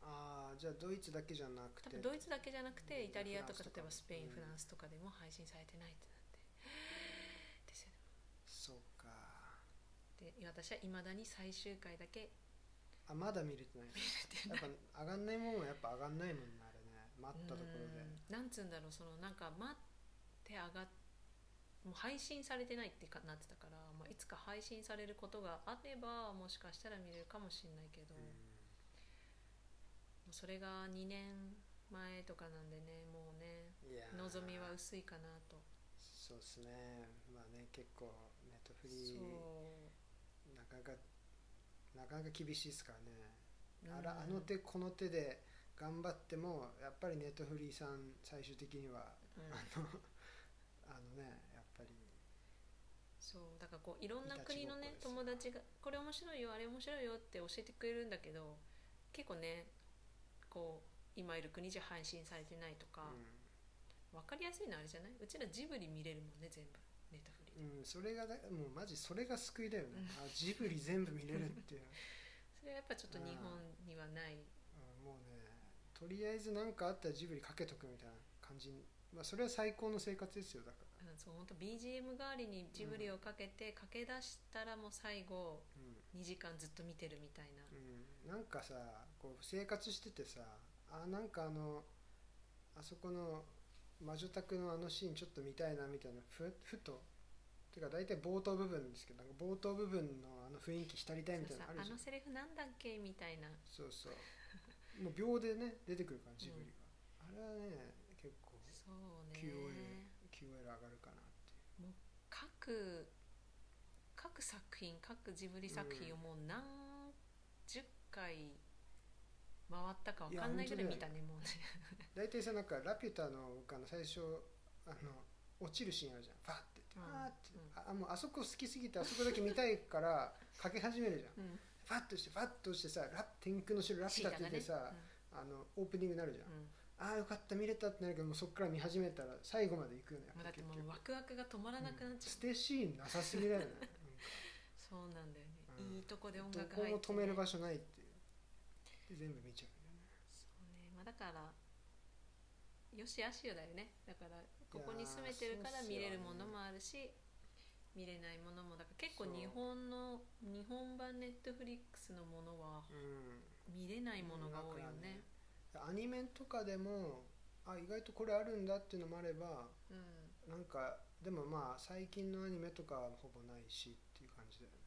A: ああじゃあドイツだけじゃなくて
B: 多分ドイツだけじゃなくて
A: うん
B: イタリアとか
A: フランスとか
B: 例えばスペイン、
A: うん
B: フランスとかでも配信されてないってなってですよ
A: そうか
B: ねで私はいまだに最終回だけ
A: あまだ見れてない
B: 見れて
A: や
B: な
A: っ
B: い
A: ぱ上がんないもんはやっぱ上がんないもんねあれね待ったところで
B: うんなんつうんだろうそのなんか待って上がっもう配信されてないってかなってたから、まあ、いつか配信されることがあればもしかしたら見れるかもしれないけど、
A: うん
B: もうそれが2年前とかなんでねもうね
A: いやー
B: 望みは薄いかなと
A: そうですねまあね結構ネットフ
B: そ
A: リ
B: う
A: なかなかなかなか厳しいですからね、あ
B: う
A: ら
B: ん
A: あの手この手で頑張ってもやっぱりネットフリーさん最終的には
B: うん
A: あのあのねやっぱり
B: そうだからこういろんない
A: たち
B: 国のね
A: ごっこ
B: 友
A: です
B: 達がこれ面白いよあれ面白いよって教えてくれるんだけど結構ねこう今いる国じゃ配信されてないとか、わかりやすいのあれじゃないうちらジブリ見れるもんね全部ネットフリ
A: うん、うん、それがだもうマジそれが救いだよね、あジブリ全部見れるっていう、
B: それはやっぱちょっと日本にはな
A: う
B: い
A: ん、もうねとりあえず何かあったらジブリかけとくみたいな感じにまあそれは最高の生活ですよだから
B: うんそう本当 BGM 代わりにジブリをかけて駆け出したらもう最後
A: うん
B: 2時間ずっと見てるみたいな
A: うん、なんかさこう生活しててさあなんかあのあそこの魔女宅のあのシーンちょっと見たいなみたいなふふとてか大体冒頭部分ですけどなんか冒頭部分のあの雰囲気浸りたいみたいなのあ
B: そ
A: るじゃん
B: うさあのセリフなんだっけみたいな
A: そうそうもう秒でね出てくるからジブリが、あれはね結構
B: そうね
A: QOL QOL 上がるかなっていう
B: 各各作品各ジブリ作品をもう何十回回ったかわかんないぐらい
A: いや
B: 見たねもうね
A: 大体さなんか「ラピュタ」の僕あの最初あの落ちるシーンあるじゃんバッて
B: うん
A: やって、あーって、あもうあそこ好きすぎてあそこだけ見たいからかけ始めるじゃん
B: うん
A: バッとしてバッとしてさ「ラ天空の城ラピュタ」って言ってさ、
B: シータがね
A: あのオープニングになるじゃん、
B: うん
A: ああよかった見れたってなるけどもうそっから見始めたら最後まで行くよねやっ
B: まあ
A: ぱ
B: だっても
A: 結局
B: うワクワクが止まらなくなっちゃ
A: 捨
B: う、
A: てシーンなさす ぎだよね
B: そうなんだよね、
A: うん
B: いいとこで
A: なん
B: 音
A: か
B: 楽
A: ど
B: 入
A: こ
B: って、ね、
A: も止める場所ないっていうで全部見ちゃうよね
B: そうね、まあ、だからよしあしよだよねだからここに住めてるから
A: そうっす
B: 見
A: よね
B: れるものもあるし見れないものもだから結構
A: そう
B: 日本の日本版ネットフリックスのものは
A: うん
B: 見れないものが多いよ
A: だから
B: ね
A: ねアニメとかでもあ意外とこれあるんだっていうのもあれば
B: うん
A: なんかでもまあ最近のアニメとかはほぼないしっていう感じだよね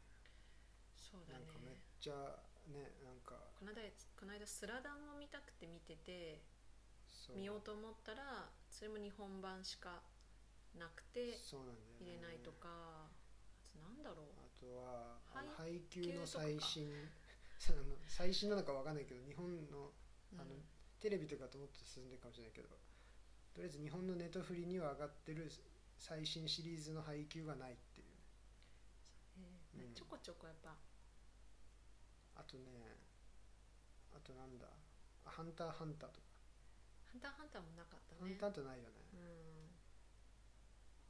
B: そうだ
A: なん
B: ね
A: かめっちゃねなんか
B: この間この間スラダンを見たくて見てて
A: そう
B: 見ようと思ったらそれも日本版しかなくて
A: そうなんだよね
B: 見れないとかあとなんだろう
A: あとはあの配
B: 配
A: 給の
B: とか
A: 最新 その最新なのかわかんないけど日本のあの
B: うん
A: テレビとかともっと進んでるかもしれないけどとりあえず日本のネトフリには上がってる最新シリーズの配給がないっていう
B: ね
A: うん
B: ちょこちょこやっぱ
A: あとねあとなんだあハンターハンターとか、
B: ハンターハンターもなかった
A: ハン
B: ね。
A: ターってないよね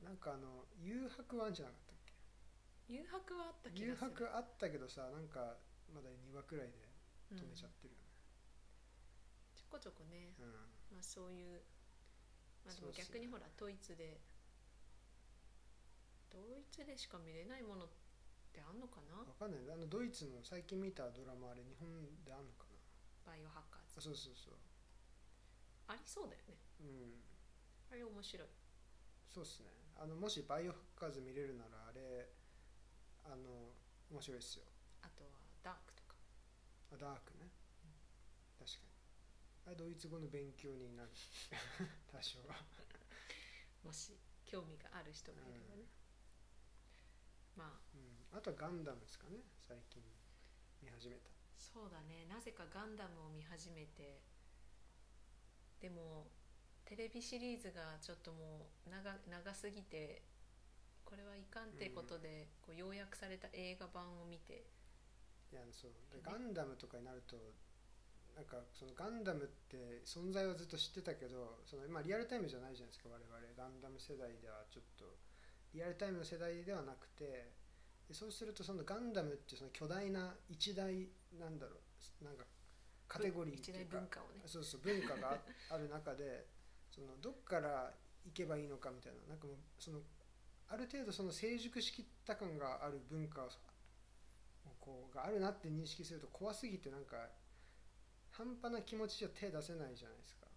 B: うん。
A: なんかあの誘白はあんじゃなかったっ
B: 誘白はあった
A: け
B: 気
A: 誘
B: がする。
A: 白あったけどさなんかまだ2話くらいで
B: うん
A: 止めちゃってるよね
B: ちょこちょこね、
A: うん、
B: まあそういう、まあで
A: そう
B: も
A: っすよね
B: 逆にほらドイツで、ドイツでしか見れないものってあんのかな？
A: わかんないあのドイツの最近見たドラマあれ日本であんのかな
B: バイオハッカ
A: あ
B: ーズ。
A: そうそうそう
B: ありそうだよね。
A: うん
B: あれ面白い。
A: そうっすねあのもしバイオハッカーズ見れるならあれあの面白いっすよ
B: あとはダークとか。
A: あダークね確かにあれドイツ語の勉強になる多少は
B: もし興味がある人がいればね。まあ
A: うん、あとはガンダムですかね最近見始めた
B: そうだねなぜかガンダムを見始めてでもテレビシリーズがちょっともう長長すぎてこれはいかんってことで、こう要約された映画版を見て
A: いやあのそうでガンダムとかになるとなんかそのガンダムって存在はずっと知ってたけどその、まあ、リアルタイムじゃないじゃないですか我々ガンダム世代ではちょっとリアルタイムの世代ではなくてでそうするとそのガンダムってその巨大な一大なんだろうなんかカテゴリーって
B: 一
A: い
B: 大
A: うか
B: 文化をね
A: そうそう文化があある中でそのどっから行けばいいのかみたいななんかもうそのある程度その成熟しきった感がある文化をこうがあるなって認識すると怖すぎてなんか半端な気持ちじゃ手出せないじゃないですか。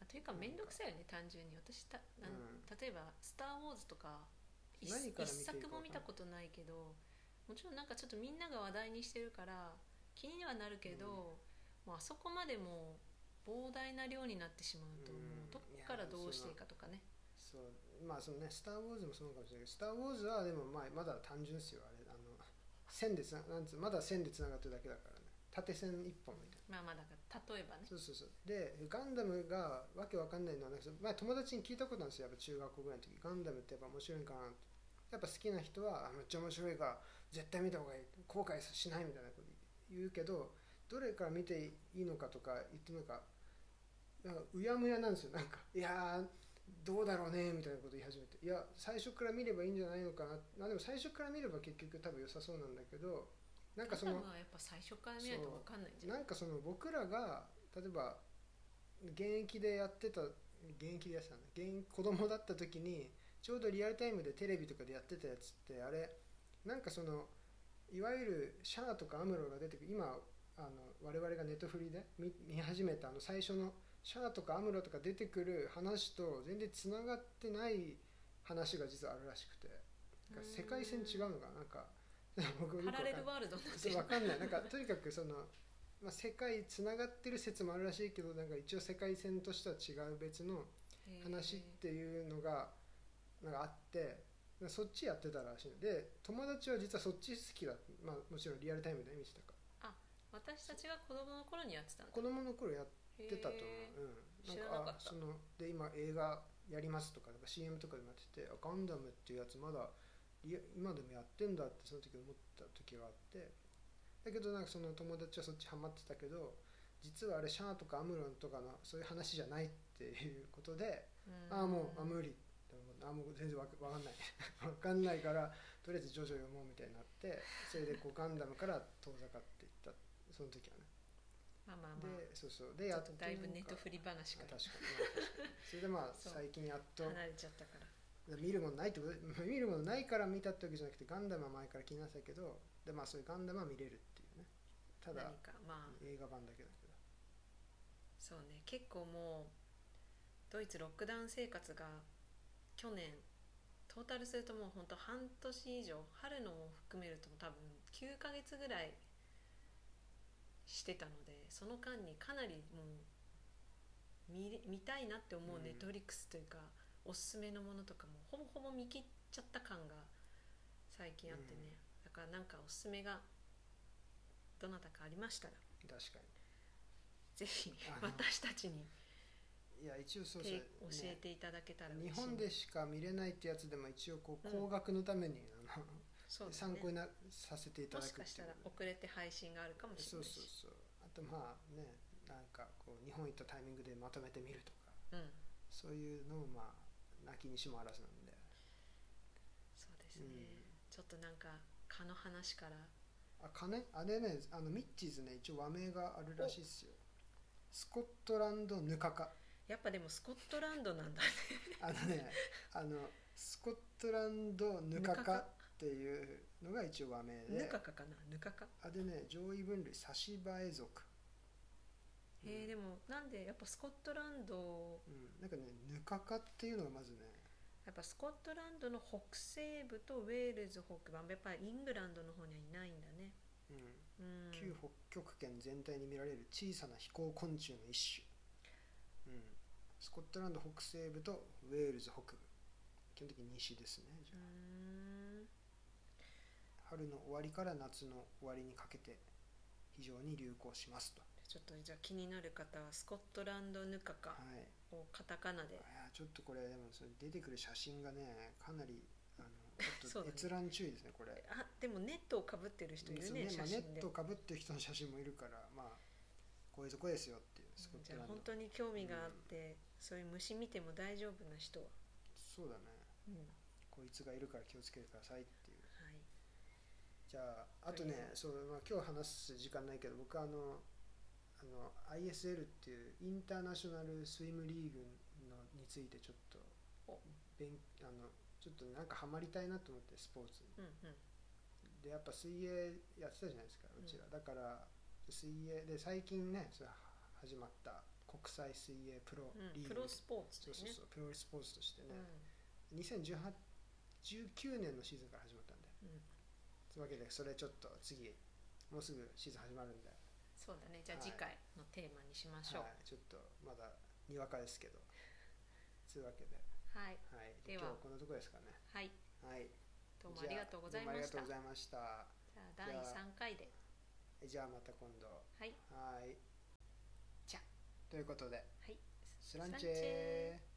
B: あというか
A: なんか
B: 面倒くさいよね単純に私たなん、
A: うん
B: 例えば「スター・ウォーズ」とか一
A: 何から
B: 一
A: 見ていいか分か
B: 作
A: んな
B: も
A: い
B: 見たことないけどもちろんなんかちょっとみんなが話題にしてるから気にはなるけど、
A: うん
B: もうあそこまでもう膨大な量になってしまうと、
A: うん
B: もうどっからどうしていいかとかね
A: そうまあそのね「スター・ウォーズ」もそうかもしれないけど「スター・ウォーズ」はでもまあまだ単純ですよあれあの線でつななんつうまだ線でつながってるだけだからね縦線一本みたいな。
B: まあまあだから例えばね
A: そうそうそうでガンダムがわけわかんないのはなんかその前友達に聞いたことなんですよやっぱ中学校ぐらいの時ガンダムってやっぱ面白いんかなってやっぱ好きな人はあめっちゃ面白いから絶対見た方がいい後悔しないみたいなこと言うけどどれから見ていいのかとか言ってもなんかなんかうやむやなんですよなんかいやーどうだろうねみたいなこと言い始めていや最初から見ればいいんじゃないのかなまあでも最初から見れば結局多分良さそうなんだけどなんかそ
B: ガン
A: の
B: ダムはやっぱ最初から見ないと分かんないんじゃん
A: なんかその僕らが例えば現役でやってた現役でやってたんだ現役子供だった時にちょうどリアルタイムでテレビとかでやってたやつってあれなんかそのいわゆるシャアとかアムロが出てくる今あの我々がネットフリで見見始めたあの最初のシャアとかアムロとか出てくる話と全然つながってない話が実はあるらしくてなんか世界線違うのかななんか 僕よくわ
B: パ
A: かん
B: ラ
A: ない
B: レルワールドになって
A: そう
B: る
A: わかんないなんかとにかくその、まあ、世界つながってる説もあるらしいけどなんか一応世界線としては違う別の話っていうのがなんかあってそっちやってたらしいので友達は実はそっち好きだったまあもちろんリアルタイムで見てたか
B: 私たちが子供の頃にやってたん
A: ら
B: だ
A: 子供の頃やってたと思
B: へ
A: う、うん、
B: 知らなかった
A: あそので今映画やりますとかなんか CM とかでもやっててあガンダムっていうやつまだリア今でもやってんだってその時思った時があってだけどなんかその友達はそっちハマってたけど実はあれシャアとかアムロンとかのそういう話じゃないっていうことで、
B: うん
A: ああもうあ無理って思ってあもう全然わわかんない わかんないからとりあえず徐々に読もうみたいになってそれでこうガンダムから遠ざかっていったその時はね
B: まあ まあまあ
A: でそうそうで
B: ちょ
A: や
B: っ
A: っと
B: とだいぶネットフ
A: リ
B: リ話か
A: 確からにまあ確かにそれでまあ
B: そう
A: 最近やっと
B: 離れちゃったから
A: 見るものないってこと見るものないから見たってわけじゃなくてガンダムは前から気になってたけどでまあそういうガンダムは見れるっていうねただ
B: 何かまあ
A: 映画版だけだけど
B: そうね結構もうドイツロックダウン生活が去年トータルするともうほんと半年以上春のも含めるともう多分9ヶ月ぐらいしてたのでその間にかなりもう見れ見たいなって思う
A: うん
B: ネットフリックスというか、おすすめのものとかもほぼほぼ見切っちゃった感が最近あってね、だからなんかおすすめがどなたかありましたら
A: 確か
B: ぜひ
A: あの
B: 私たちに
A: にいや一応そうそう、
B: て
A: ね
B: 教えていただけたら嬉しい
A: 日
B: ね
A: 本でしか見れないってやつでも一応こう
B: うん
A: 高額のために、あの
B: そうだね
A: 参考になさせていた
B: も
A: だく
B: し
A: っていう
B: かしたら遅れて配信があるかもし
A: そう
B: れない
A: そう
B: し
A: そうあとまあねなんかこう日本行ったタイミングでまとめてみるとか
B: うん
A: そういうのもまあ泣きにしもあらずなんで
B: そうですね、
A: うん
B: ちょっとなんか蚊の話から
A: あ金あれねあのミッチーズね一応和名があるらしいっすよスコットランドヌカカ
B: やっぱでもスコットランドなんだ
A: あのねあのスコットランドヌカ
B: ぬかか
A: カっていうのが一応和名
B: ヌ
A: で
B: カカかなヌカカ
A: あでね上位分類サシバエ族
B: えーでもなんでやっぱスコットランド
A: うん、なんかねヌカカっていうのがまずね
B: やっぱスコットランドの北西部とウェールズ北部やっぱりイングランドの方にはいないんだね
A: うん
B: うん
A: 旧北極圏全体に見られる小さな飛行昆虫の一種、うん、スコットランド北西部とウェールズ北部基本的に西ですねじ
B: う
A: ゃ
B: ーん
A: あ春の終わりから夏の終わりにかけて非常に流行しますと
B: ちょっとじゃあ気になる方はスコットランドヌカカ
A: はい
B: をカタカナで
A: いやちょっとこれでもそれ出てくる写真がねかなり あのち
B: そ
A: ょ
B: う
A: っ
B: だ
A: と
B: ね
A: 閲覧注意ですねこれ
B: あでもネットをかぶってる人いるね
A: そう
B: 写
A: まあ、ネ
B: 真
A: ッ
B: で、
A: トかぶってる人の写真もいるからまあこういうとこですよっていうスコッ
B: じ
A: ト
B: ゃ
A: ラ
B: あ
A: ンド
B: 本当に興味があって、そういう虫見ても大丈夫な人は、
A: そうだねこいつがいるから気をつけてくださいっていう
B: はい、
A: じゃああとねそう、まあ、今日話す時間ないけど僕あのあの ISL っていうインターナショナルスイムリーグのについてちょっと
B: お
A: 勉あのちょっとなんかハマりたいなと思ってスポーツに
B: うんうん
A: でやっぱ水泳やってたじゃないですかうちら、だから水泳で最近ねそれは始まった国際水泳プロ
B: うん
A: リーグ、
B: プロスポーツ
A: そう
B: です
A: そう
B: ね
A: そうプロスポーツとしてね、2018 19年のシーズンから始まったんで
B: うんうん
A: というわけでそれちょっと次もうすぐシーズン始まるんで、
B: そうだねじゃあ
A: はい
B: 次回のテーマにしましょう
A: はい、ちょっとまだにわかですけどというわけで、
B: はい、
A: はい、
B: で
A: 今
B: は
A: 日はこのとこですかね
B: はい、
A: はい
B: どうもあ
A: じゃ
B: りがとうございま
A: どうもありが
B: し
A: と
B: た
A: うご
B: じゃ
A: ざいました
B: あ第3回で
A: えじゃあまた今度
B: はい
A: はい
B: じゃあ
A: ということで
B: はい
A: スランチェ
B: スランチェ
A: ー